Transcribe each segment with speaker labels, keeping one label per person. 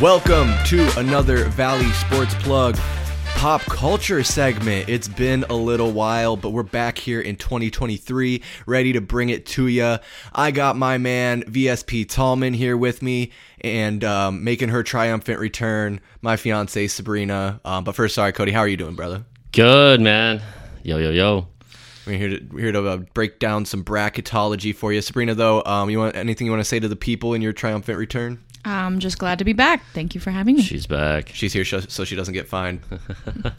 Speaker 1: Welcome to another Valley Sports Plug pop culture segment. It's been a little while, but we're back here in 2023, ready to bring it to you. I got my man VSP Tallman here with me and um, making her triumphant return, my fiance Sabrina. Um, but first, sorry, Cody, how are you doing, brother?
Speaker 2: Good, man. Yo, yo, yo.
Speaker 1: We're here to, we're here to uh, break down some bracketology for you. Sabrina, though, um, you want anything you want to say to the people in your triumphant return?
Speaker 3: I'm just glad to be back. Thank you for having me.
Speaker 2: She's back.
Speaker 1: She's here sh- so she doesn't get fined.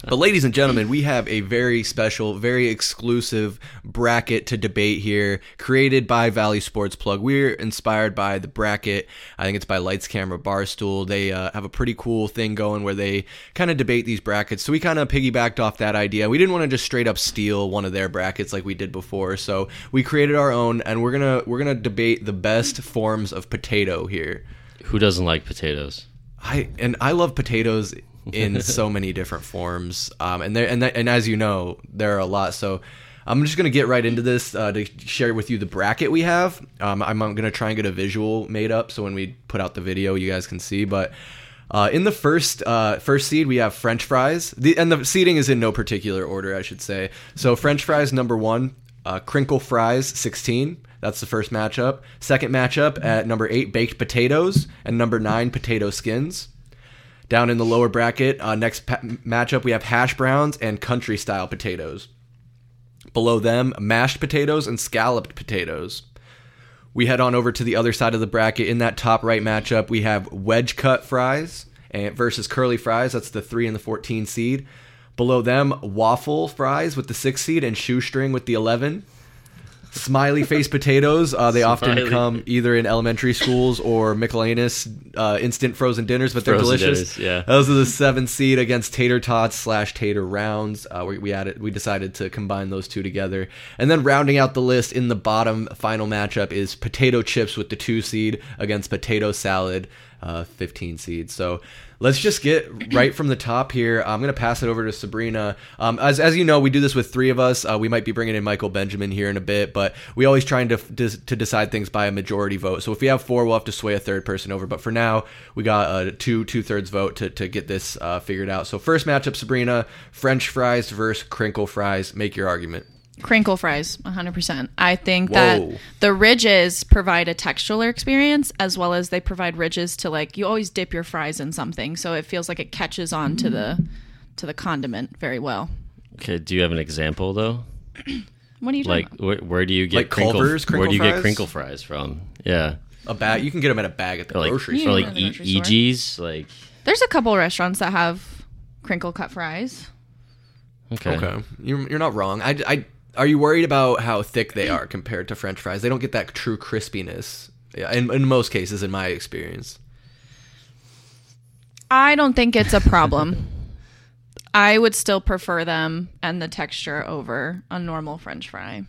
Speaker 1: but, ladies and gentlemen, we have a very special, very exclusive bracket to debate here, created by Valley Sports Plug. We're inspired by the bracket. I think it's by Lights Camera Barstool. They uh, have a pretty cool thing going where they kind of debate these brackets. So, we kind of piggybacked off that idea. We didn't want to just straight up steal one of their brackets like we did before. So, we created our own, and we're going to we're going to debate the best forms of potato here.
Speaker 2: Who doesn't like potatoes?
Speaker 1: I and I love potatoes in so many different forms. Um, and there and that, and as you know, there are a lot. So I'm just gonna get right into this uh, to share with you the bracket we have. Um, I'm, I'm gonna try and get a visual made up so when we put out the video, you guys can see. But uh, in the first uh, first seed, we have French fries, the, and the seeding is in no particular order, I should say. So French fries number one, uh, crinkle fries 16. That's the first matchup. Second matchup at number eight, baked potatoes, and number nine, potato skins. Down in the lower bracket, uh, next pa- matchup, we have hash browns and country style potatoes. Below them, mashed potatoes and scalloped potatoes. We head on over to the other side of the bracket. In that top right matchup, we have wedge cut fries and versus curly fries. That's the 3 and the 14 seed. Below them, waffle fries with the 6 seed and shoestring with the 11 smiley face potatoes. Uh, they often
Speaker 2: Smiley.
Speaker 1: come either in elementary schools or miscellaneous uh, instant frozen dinners, but they're
Speaker 2: Frozen
Speaker 1: delicious.
Speaker 2: dinners, yeah.
Speaker 1: those are the seven seed against tater tots slash tater rounds. Uh, we, we added, we decided to combine those two together, and then rounding out the list in the bottom final matchup is potato chips with the two seed against potato salad. Uh, 15 seed. So let's just get right from the top here. I'm going to pass it over to Sabrina. Um, as, as you know, we do this with three of us. Uh, we might be bringing in Michael Benjamin here in a bit, but we always trying to, to to decide things by a majority vote. So if we have four, we'll have to sway a third person over. But for now, we got a two two thirds vote to to get this uh, figured out. So first matchup, Sabrina, French fries versus crinkle fries. Make your argument.
Speaker 3: Crinkle fries, 100%. I think
Speaker 1: Whoa.
Speaker 3: that the ridges provide a textural experience as well as they provide ridges to like you always dip your fries in something, so it feels like it catches on to the to the condiment very well.
Speaker 2: Okay, do you have an example though?
Speaker 3: What are you talking
Speaker 2: Like, where, where do you get
Speaker 1: Like
Speaker 2: crinkle,
Speaker 1: Culver's
Speaker 2: Where
Speaker 1: crinkle
Speaker 2: do you
Speaker 1: fries?
Speaker 2: get crinkle fries from? Yeah,
Speaker 1: A bag. You can get them at a bag at the
Speaker 2: or like,
Speaker 1: grocery
Speaker 2: or
Speaker 1: store.
Speaker 2: like
Speaker 3: Yeah,
Speaker 2: e-
Speaker 3: grocery store.
Speaker 2: EG's. Like,
Speaker 3: about? There's a couple restaurants that have crinkle cut fries.
Speaker 2: okay,
Speaker 1: Okay, you're, you're not wrong. I, I are you worried about how thick they are compared to French fries? They don't get that true crispiness. Yeah, in, in most cases, in my experience.
Speaker 3: I don't think it's a problem. I would still prefer them and the texture over a normal french fry.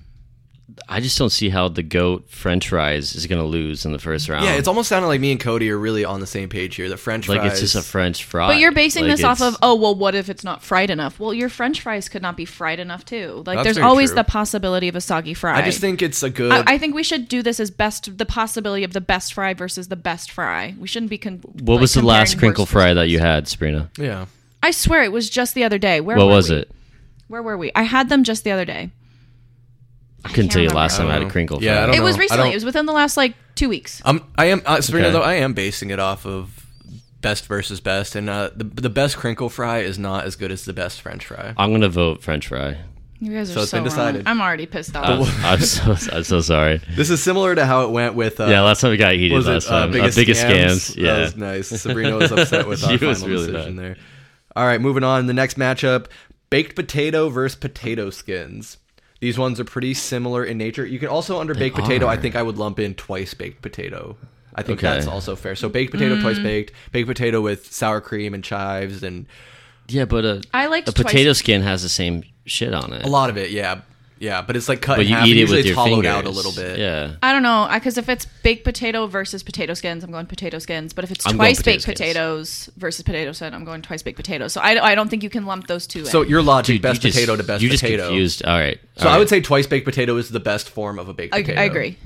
Speaker 2: I just don't see how the goat French fries is gonna lose in the first round.
Speaker 1: Yeah, it's almost sounding like me and Cody are really on the same page here. The French
Speaker 2: like
Speaker 1: fries.
Speaker 2: it's just a French fry.
Speaker 3: But you're basing
Speaker 2: Like,
Speaker 3: this off
Speaker 2: it's-
Speaker 3: of, oh, well, what if it's not fried enough? Well, your french fries could not be fried enough, too. Like,
Speaker 1: That's
Speaker 3: there's
Speaker 1: very
Speaker 3: always
Speaker 1: true.
Speaker 3: the possibility of a soggy fry.
Speaker 1: I just think it's a good.
Speaker 3: I, I think we should do this as best the possibility of the best fry versus the best fry. We shouldn't be. Con-
Speaker 2: What
Speaker 3: like,
Speaker 2: was the last
Speaker 3: comparing
Speaker 2: crinkle
Speaker 3: worst
Speaker 2: fry
Speaker 3: versus-
Speaker 2: that you had, Sabrina?
Speaker 1: yeah.
Speaker 3: I swear it was just the other day. Where
Speaker 2: What
Speaker 3: were
Speaker 2: was
Speaker 3: we?
Speaker 2: it?
Speaker 3: Where were we? I had them just the other day.
Speaker 2: I couldn't tell you
Speaker 3: remember.
Speaker 2: last time I
Speaker 1: I
Speaker 2: had
Speaker 1: don't
Speaker 2: a
Speaker 1: know.
Speaker 2: crinkle
Speaker 1: Yeah, I
Speaker 2: fry.
Speaker 1: don't
Speaker 3: It was
Speaker 1: know. I
Speaker 3: recently.
Speaker 1: don't-
Speaker 3: It was within the last like two weeks.
Speaker 1: I'm. I am uh, Sabrina
Speaker 2: Okay.
Speaker 1: though. I am basing it off of best versus best, and uh, the the best crinkle fry is not as good as the best French fry.
Speaker 2: I'm gonna vote French fry.
Speaker 3: You guys
Speaker 1: So
Speaker 3: are so,
Speaker 1: it's been
Speaker 3: wrong.
Speaker 1: decided.
Speaker 3: I'm already pissed off.
Speaker 2: I'm, I'm so I'm so sorry.
Speaker 1: This is similar to how it went with. Uh,
Speaker 2: Yeah, last time we got heated
Speaker 1: was
Speaker 2: last
Speaker 1: it
Speaker 2: time.
Speaker 1: Uh,
Speaker 2: Uh,
Speaker 1: biggest,
Speaker 2: scams.
Speaker 1: scams.
Speaker 2: Yeah.
Speaker 1: that was nice. Sabrina was upset with our
Speaker 2: She
Speaker 1: final
Speaker 2: was really
Speaker 1: decision
Speaker 2: mad.
Speaker 1: there. All right, moving on. The next matchup: baked potato versus potato skins. These ones are pretty similar in nature. You can also under baked potato. I
Speaker 2: are.
Speaker 1: think I would lump in twice baked potato. I think
Speaker 2: Okay. Mm.
Speaker 1: that's also fair. So baked potato, twice baked, baked potato with sour cream and chives, and
Speaker 2: Yeah, but a,
Speaker 3: I liked
Speaker 2: a potato
Speaker 3: twice-
Speaker 2: skin has the same shit on it.
Speaker 1: a lot of it. Yeah, yeah, but it's like cut
Speaker 2: but
Speaker 1: in
Speaker 2: you
Speaker 1: half.
Speaker 2: eat it
Speaker 1: Usually
Speaker 2: with
Speaker 1: it's
Speaker 2: your
Speaker 1: hollowed
Speaker 2: fingers.
Speaker 1: out a little bit.
Speaker 2: Yeah.
Speaker 3: I don't know, because if it's baked potato versus potato skins, I'm going potato skins. But if it's
Speaker 2: I'm going
Speaker 3: twice
Speaker 2: potato
Speaker 3: baked
Speaker 2: skins.
Speaker 3: potatoes versus potato skin, I'm going twice baked potatoes. So I, don't- I don't think you can lump those two
Speaker 1: So
Speaker 3: in.
Speaker 1: your logic: best
Speaker 2: You just-
Speaker 1: potato to best
Speaker 2: you
Speaker 1: potato.
Speaker 2: just confused. All right.
Speaker 1: So I would say twice baked potato is the best form of a baked
Speaker 3: I,
Speaker 1: potato.
Speaker 3: I agree.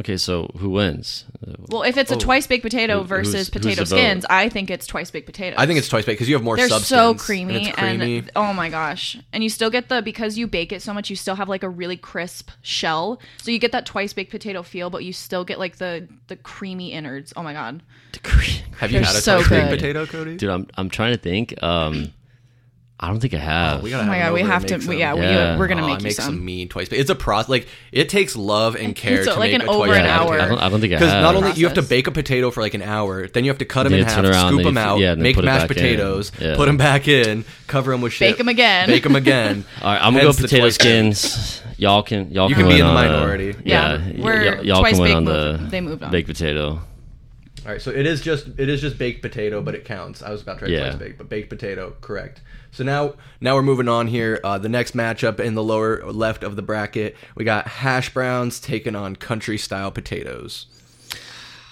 Speaker 2: Okay, so who wins? Uh,
Speaker 3: Well, if it's a twice baked potato
Speaker 2: Who-
Speaker 3: versus
Speaker 2: who's- who's
Speaker 3: potato
Speaker 2: the vote?
Speaker 3: skins, I think it's twice baked potatoes.
Speaker 1: I think it's twice baked because you have more
Speaker 3: they're
Speaker 1: substance.
Speaker 3: so
Speaker 1: and
Speaker 3: creamy
Speaker 1: it's
Speaker 3: and,
Speaker 1: creamy.
Speaker 3: oh my gosh. And you still get the because you bake it so much, you still have like a really crisp shell. So you get that twice baked potato feel, but you still get like the the creamy innards. Oh my god.
Speaker 1: have you
Speaker 3: they're
Speaker 1: had a
Speaker 3: so
Speaker 1: twice baked
Speaker 3: good.
Speaker 1: potato, Cody?
Speaker 2: Dude, I'm I'm trying to think. Um, I don't think I have.
Speaker 1: we gotta
Speaker 3: Oh my
Speaker 1: have
Speaker 3: god, we have to we, yeah,
Speaker 2: Yeah.
Speaker 3: We, we're going to
Speaker 1: oh,
Speaker 3: make
Speaker 1: I
Speaker 3: you
Speaker 1: make
Speaker 3: some.
Speaker 1: some mean twice baked. It's a process. Like it takes love and care
Speaker 3: So,
Speaker 1: to
Speaker 3: like,
Speaker 1: make
Speaker 3: an
Speaker 1: a
Speaker 3: over
Speaker 1: twice
Speaker 3: an
Speaker 1: baked
Speaker 3: hour.
Speaker 2: I
Speaker 1: potato.
Speaker 2: don't, I don't think I
Speaker 1: Because
Speaker 2: have.
Speaker 1: not only you have to
Speaker 3: Process.
Speaker 1: bake a potato for like an hour, then you have to cut them
Speaker 2: Yeah,
Speaker 1: in
Speaker 2: turn
Speaker 1: half,
Speaker 2: around,
Speaker 1: scoop
Speaker 2: then
Speaker 1: them
Speaker 2: you-
Speaker 1: out,
Speaker 2: yeah, and then
Speaker 1: make
Speaker 2: put it
Speaker 1: mashed
Speaker 2: back in.
Speaker 1: potatoes,
Speaker 2: Yeah.
Speaker 1: put them back in, cover them with shit,
Speaker 3: Bake 'em again.
Speaker 1: bake them again.
Speaker 2: All right, I'm gonna go
Speaker 1: Hence the
Speaker 2: potato
Speaker 1: twice baked.
Speaker 2: skins. Y'all can y'all
Speaker 1: You
Speaker 2: can,
Speaker 1: can be
Speaker 2: win
Speaker 1: in the
Speaker 2: on, uh,
Speaker 1: minority.
Speaker 3: Yeah,
Speaker 2: Yeah, y-
Speaker 3: we're
Speaker 2: y- y'all
Speaker 3: twice
Speaker 2: can win
Speaker 3: baked
Speaker 2: on
Speaker 3: moved-
Speaker 2: the
Speaker 3: they moved on.
Speaker 2: baked potato.
Speaker 1: All right, so it is just it is just baked potato, but it counts. I was about to write
Speaker 2: Yeah.
Speaker 1: twice baked, but baked potato, correct. So now now we're moving on here. Uh, the next matchup in the lower left of the bracket, we got hash browns taking on country style potatoes.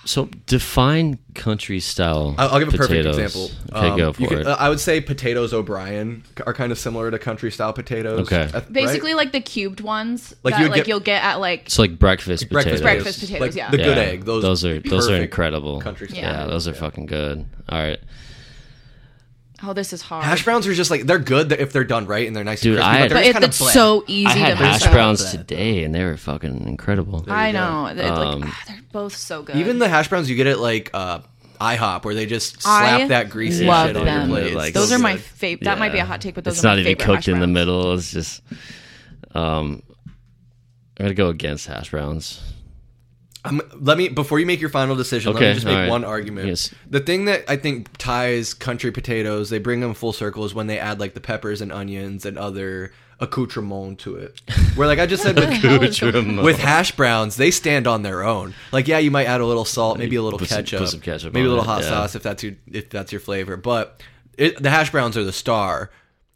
Speaker 2: So define country style.
Speaker 1: I'll, I'll give a perfect
Speaker 2: potatoes.
Speaker 1: example.
Speaker 2: Okay,
Speaker 1: Um,
Speaker 2: go for
Speaker 1: you could-
Speaker 2: it.
Speaker 1: uh, I would say potatoes O'Brien c- are kind of similar to country style potatoes.
Speaker 2: Okay.
Speaker 1: I th- right?
Speaker 3: Basically like the cubed ones
Speaker 1: Like,
Speaker 3: that
Speaker 1: you'd
Speaker 3: like
Speaker 1: get-
Speaker 3: you'll get at like
Speaker 2: it's like breakfast potatoes.
Speaker 1: breakfast
Speaker 3: Breakfast
Speaker 1: potatoes,
Speaker 3: potatoes,
Speaker 1: like
Speaker 3: yeah.
Speaker 1: the good
Speaker 2: Yeah,
Speaker 1: egg. Those,
Speaker 2: are those are
Speaker 1: perfect
Speaker 2: incredible.
Speaker 1: Country style.
Speaker 2: Yeah, those are fucking good. All right,
Speaker 3: oh this is hard.
Speaker 1: Hash browns are just like they're good if they're done right and they're nice.
Speaker 2: Dude,
Speaker 1: and crispy, but
Speaker 2: I-
Speaker 1: they're
Speaker 3: but
Speaker 1: just
Speaker 3: it,
Speaker 1: kinda
Speaker 3: it's
Speaker 1: bland.
Speaker 3: so easy
Speaker 2: I
Speaker 3: to
Speaker 2: had hash
Speaker 3: mess up. Uh,
Speaker 2: browns today, and they were fucking incredible.
Speaker 3: I know. They're, like,
Speaker 2: Um,
Speaker 3: ah, they're both so good.
Speaker 1: Even the hash browns you get at like uh, IHOP, where they just slap
Speaker 3: I
Speaker 1: that greasy
Speaker 3: love
Speaker 1: shit on
Speaker 3: them.
Speaker 1: your plate.
Speaker 2: Like,
Speaker 1: It's
Speaker 3: those
Speaker 1: so
Speaker 3: are my
Speaker 1: good.
Speaker 3: favorite. That might be a hot take, but those
Speaker 2: it's
Speaker 3: are
Speaker 2: not
Speaker 3: my
Speaker 2: even
Speaker 3: favorite
Speaker 2: cooked
Speaker 3: hash
Speaker 2: in the
Speaker 3: browns.
Speaker 2: middle. It's just, um, I'm gonna go against hash browns.
Speaker 1: Um, let me before you make your final decision. let
Speaker 2: Okay,
Speaker 1: me just make
Speaker 2: all right.
Speaker 1: one argument.
Speaker 2: Yes.
Speaker 1: The thing that I think ties country potatoes, they bring them full circle, is when they add like the peppers and onions and other accoutrement to it. Where like I just said, with,
Speaker 3: hell is going
Speaker 2: Accoutrement.
Speaker 1: with hash browns, they stand on their own. Like yeah, you might add a little salt, maybe a little
Speaker 2: Put some-
Speaker 1: ketchup,
Speaker 2: put some ketchup
Speaker 1: maybe a
Speaker 2: on
Speaker 1: little
Speaker 2: it,
Speaker 1: hot
Speaker 2: yeah.
Speaker 1: sauce if that's your if that's your flavor. But it, the hash browns are the star.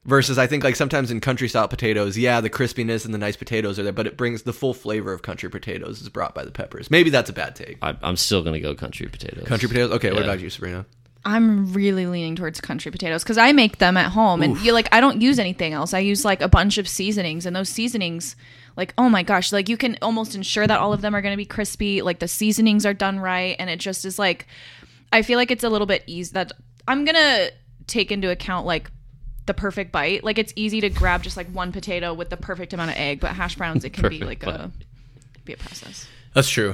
Speaker 1: Versus, I think like sometimes in country style potatoes, yeah, the crispiness and the nice potatoes are there, but it brings the full flavor of country potatoes is brought by the peppers. Maybe that's a bad take.
Speaker 2: I, I'm still gonna go country potatoes.
Speaker 1: Country potatoes. Okay, what
Speaker 2: Yeah.
Speaker 1: about you, Sabrina?
Speaker 3: I'm really leaning towards country potatoes because I make them at home, and you like I don't use anything else. I use like a bunch of seasonings, and those seasonings, like oh my gosh, like you can almost ensure that all of them are going to be crispy. Like the seasonings are done right, and it just is like I feel like it's a little bit easy that I'm gonna take into account like the perfect bite. Like it's easy to grab just like one potato with the perfect amount of egg, but hash browns it can be
Speaker 2: Perfect
Speaker 3: like
Speaker 2: bite.
Speaker 3: a be a process.
Speaker 1: That's true.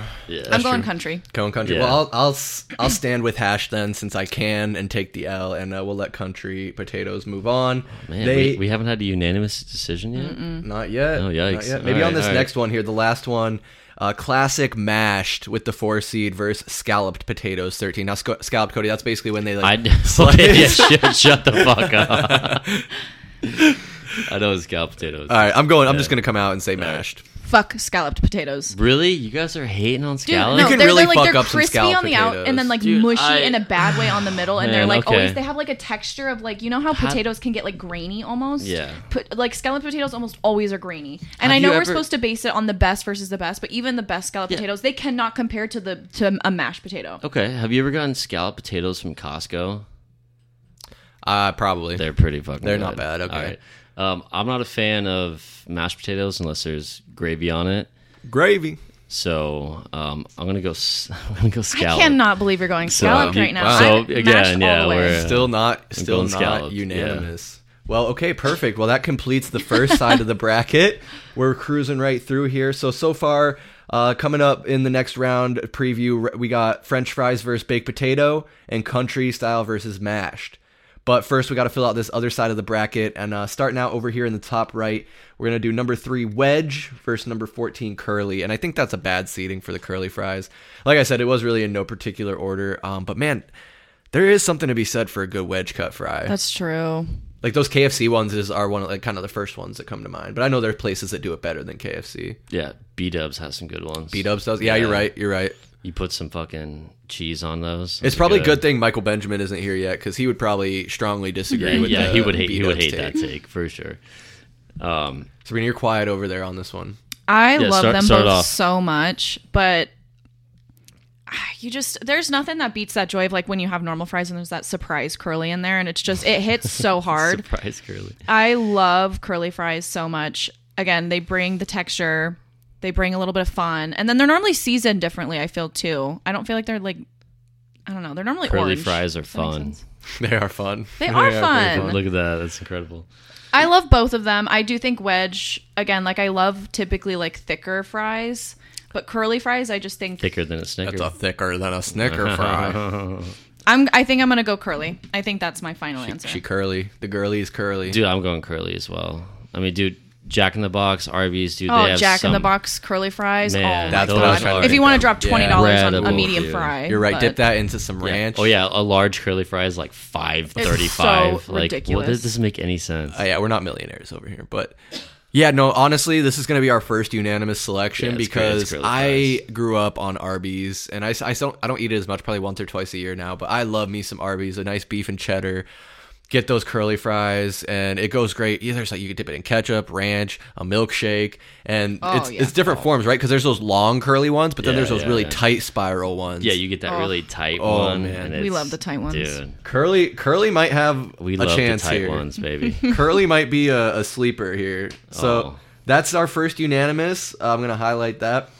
Speaker 3: I'm going country.
Speaker 1: Cone country.
Speaker 2: Yeah.
Speaker 1: Well, I'll, I'll s- I'll stand with hash then since I can and take the L, and uh, we'll let country potatoes move on.
Speaker 2: Oh, Man,
Speaker 1: they
Speaker 2: we, we haven't had a unanimous decision yet.
Speaker 1: not yet.
Speaker 2: Oh, yikes.
Speaker 1: Not yet. Maybe
Speaker 2: All
Speaker 1: on
Speaker 2: right,
Speaker 1: this
Speaker 2: all right.
Speaker 1: next one here, the last one. Uh, classic mashed with the four seed versus scalloped potatoes thirteen. Now sc- scalloped Cody, that's basically when they
Speaker 2: I
Speaker 1: like.
Speaker 2: yeah, shut, shut the fuck up. I know it's scalloped potatoes.
Speaker 1: all right, I'm going. I'm just gonna come out and say mashed.
Speaker 3: Fuck scalloped potatoes.
Speaker 2: Really, you guys are hating on
Speaker 3: Dude,
Speaker 2: scallops?
Speaker 1: You
Speaker 3: no,
Speaker 1: can
Speaker 3: they're,
Speaker 1: really
Speaker 3: they're like
Speaker 1: fuck
Speaker 3: they're
Speaker 1: up some
Speaker 3: crispy on the
Speaker 1: scalloped
Speaker 3: out and then like
Speaker 2: potatoes. Dude,
Speaker 3: mushy
Speaker 2: I-
Speaker 3: in a bad way on the middle, and they're
Speaker 2: Man,
Speaker 3: like
Speaker 2: okay.
Speaker 3: always they have like a texture of like you know how potatoes can get like grainy almost.
Speaker 2: Yeah.
Speaker 3: Put, like scalloped potatoes almost always are grainy,
Speaker 2: Have
Speaker 3: and I know
Speaker 2: you
Speaker 3: we're
Speaker 2: ever-
Speaker 3: supposed to base it on the best versus the best, but even the best scalloped potatoes they cannot compare to the to a mashed potato.
Speaker 2: Okay, have you ever gotten scalloped potatoes from Costco?
Speaker 1: Uh, probably.
Speaker 2: They're pretty fucking.
Speaker 1: They're
Speaker 2: good.
Speaker 1: not bad, okay.
Speaker 2: Um, I'm not a fan of mashed potatoes unless there's gravy on it.
Speaker 1: Gravy.
Speaker 2: So um, I'm gonna go. s- I'm gonna go
Speaker 3: I
Speaker 2: scallop.
Speaker 3: cannot believe you're going scalloped
Speaker 2: you-
Speaker 3: right now.
Speaker 2: wow.
Speaker 3: I'm
Speaker 2: So,
Speaker 3: mashed
Speaker 2: again,
Speaker 3: all
Speaker 2: yeah,
Speaker 3: the way.
Speaker 2: we're-
Speaker 1: Still not, still
Speaker 2: going
Speaker 1: not
Speaker 2: scalloped, yeah.
Speaker 1: unanimous. Well, okay, perfect. Well, that completes the first side of the bracket. We're cruising right through here. So so far, uh, coming up in the next round preview, we got French fries versus baked potato and country style versus mashed. But first, we got to fill out this other side of the bracket. And uh, starting out over here in the top right, we're going to do number three, Wedge, versus number 14, Curly. And I think that's a bad seating for the Curly Fries. Like I said, it was really in no particular order. Um, but man, there is something to be said for a good wedge cut fry.
Speaker 3: That's true.
Speaker 1: like those KFC ones is are one of like kind of the first ones that come to mind. But I know there are places that do it better than KFC.
Speaker 2: Yeah, B Dubs has some good ones.
Speaker 1: B Dubs does. Yeah, you're right. You're right.
Speaker 2: You put some fucking cheese on those.
Speaker 1: It's probably a good thing Michael Benjamin isn't here yet because he would probably strongly disagree
Speaker 2: Yeah,
Speaker 1: with
Speaker 2: yeah,
Speaker 1: the
Speaker 2: he would hate. He would
Speaker 1: B-Dubs
Speaker 2: hate
Speaker 1: take.
Speaker 2: that take for sure.
Speaker 1: Sabrina, you're quiet over there on this one.
Speaker 3: I
Speaker 2: Yeah,
Speaker 3: love
Speaker 2: start-
Speaker 3: them
Speaker 2: start
Speaker 3: both
Speaker 2: off.
Speaker 3: so much, but ah, you just there's nothing that beats that joy of like when you have normal fries and there's that surprise curly in there and it's just it hits so hard.
Speaker 2: Surprise, Curly.
Speaker 3: I love curly fries so much. Again, they bring the texture. They bring a little bit of fun, and then they're normally seasoned differently. I feel too. I don't feel like they're like, I don't know. They're normally
Speaker 2: Curly
Speaker 3: orange.
Speaker 2: fries are
Speaker 3: Does that make
Speaker 2: fun.
Speaker 3: sense?
Speaker 1: They are fun.
Speaker 3: They are
Speaker 1: pretty
Speaker 3: fun.
Speaker 2: Oh, Look at that. That's incredible.
Speaker 3: I love both of them. I do think wedge again. Like I love typically like thicker fries, but curly fries. I just think
Speaker 2: Thicker than a Snicker.
Speaker 1: That's a thicker than a Snicker fry.
Speaker 3: I'm. I think I'm gonna go curly. I think that's my final answer.
Speaker 1: she curly. The girly is curly.
Speaker 2: Dude, I'm going curly as well. I mean, dude, Jack in the Box, Arby's, dude. they
Speaker 3: oh,
Speaker 2: have
Speaker 3: Jack in the
Speaker 2: some
Speaker 3: Box curly fries.
Speaker 2: Man,
Speaker 3: oh my
Speaker 1: That's what I was
Speaker 3: god!
Speaker 1: trying to
Speaker 3: if you
Speaker 1: think
Speaker 3: want to
Speaker 1: of.
Speaker 3: drop
Speaker 1: Yeah.
Speaker 3: twenty dollars on a
Speaker 2: Incredible,
Speaker 3: medium
Speaker 2: dude.
Speaker 3: fry,
Speaker 1: You're right.
Speaker 3: but-
Speaker 1: Dip that into some ranch.
Speaker 2: Oh yeah, a large curly fry is like five thirty-five.
Speaker 3: so
Speaker 2: like, what
Speaker 3: ridiculous.
Speaker 2: does this make any sense?
Speaker 1: Uh, yeah, we're not millionaires over here, but yeah, no. Honestly, this is going to be our first unanimous
Speaker 2: Yeah,
Speaker 1: selection
Speaker 2: it's cra- it's
Speaker 1: because
Speaker 2: curly
Speaker 1: I grew up on Arby's, and I, s- I s- don't I don't eat it as much, probably once or twice a year now. But I love me some Arby's, a nice beef and cheddar. Get those curly fries, and it goes great. Either it's like you can dip it in ketchup, ranch, a milkshake, and
Speaker 3: Oh,
Speaker 1: it's
Speaker 3: yeah.
Speaker 1: it's different forms, right? Because there's those long curly ones, but then
Speaker 2: Yeah,
Speaker 1: there's those
Speaker 2: yeah,
Speaker 1: really
Speaker 2: yeah.
Speaker 1: tight spiral ones.
Speaker 2: yeah, you get that really tight
Speaker 1: Oh,
Speaker 2: one.
Speaker 1: man.
Speaker 2: and
Speaker 1: We
Speaker 2: it's-
Speaker 3: love the tight ones.
Speaker 2: Dude,
Speaker 1: curly curly might have
Speaker 2: we
Speaker 1: a
Speaker 2: love the
Speaker 1: chance
Speaker 2: tight
Speaker 1: here.
Speaker 2: ones, baby.
Speaker 1: Curly might be a, a sleeper here. So
Speaker 2: Oh.
Speaker 1: that's our first unanimous. Uh, I'm going to highlight that.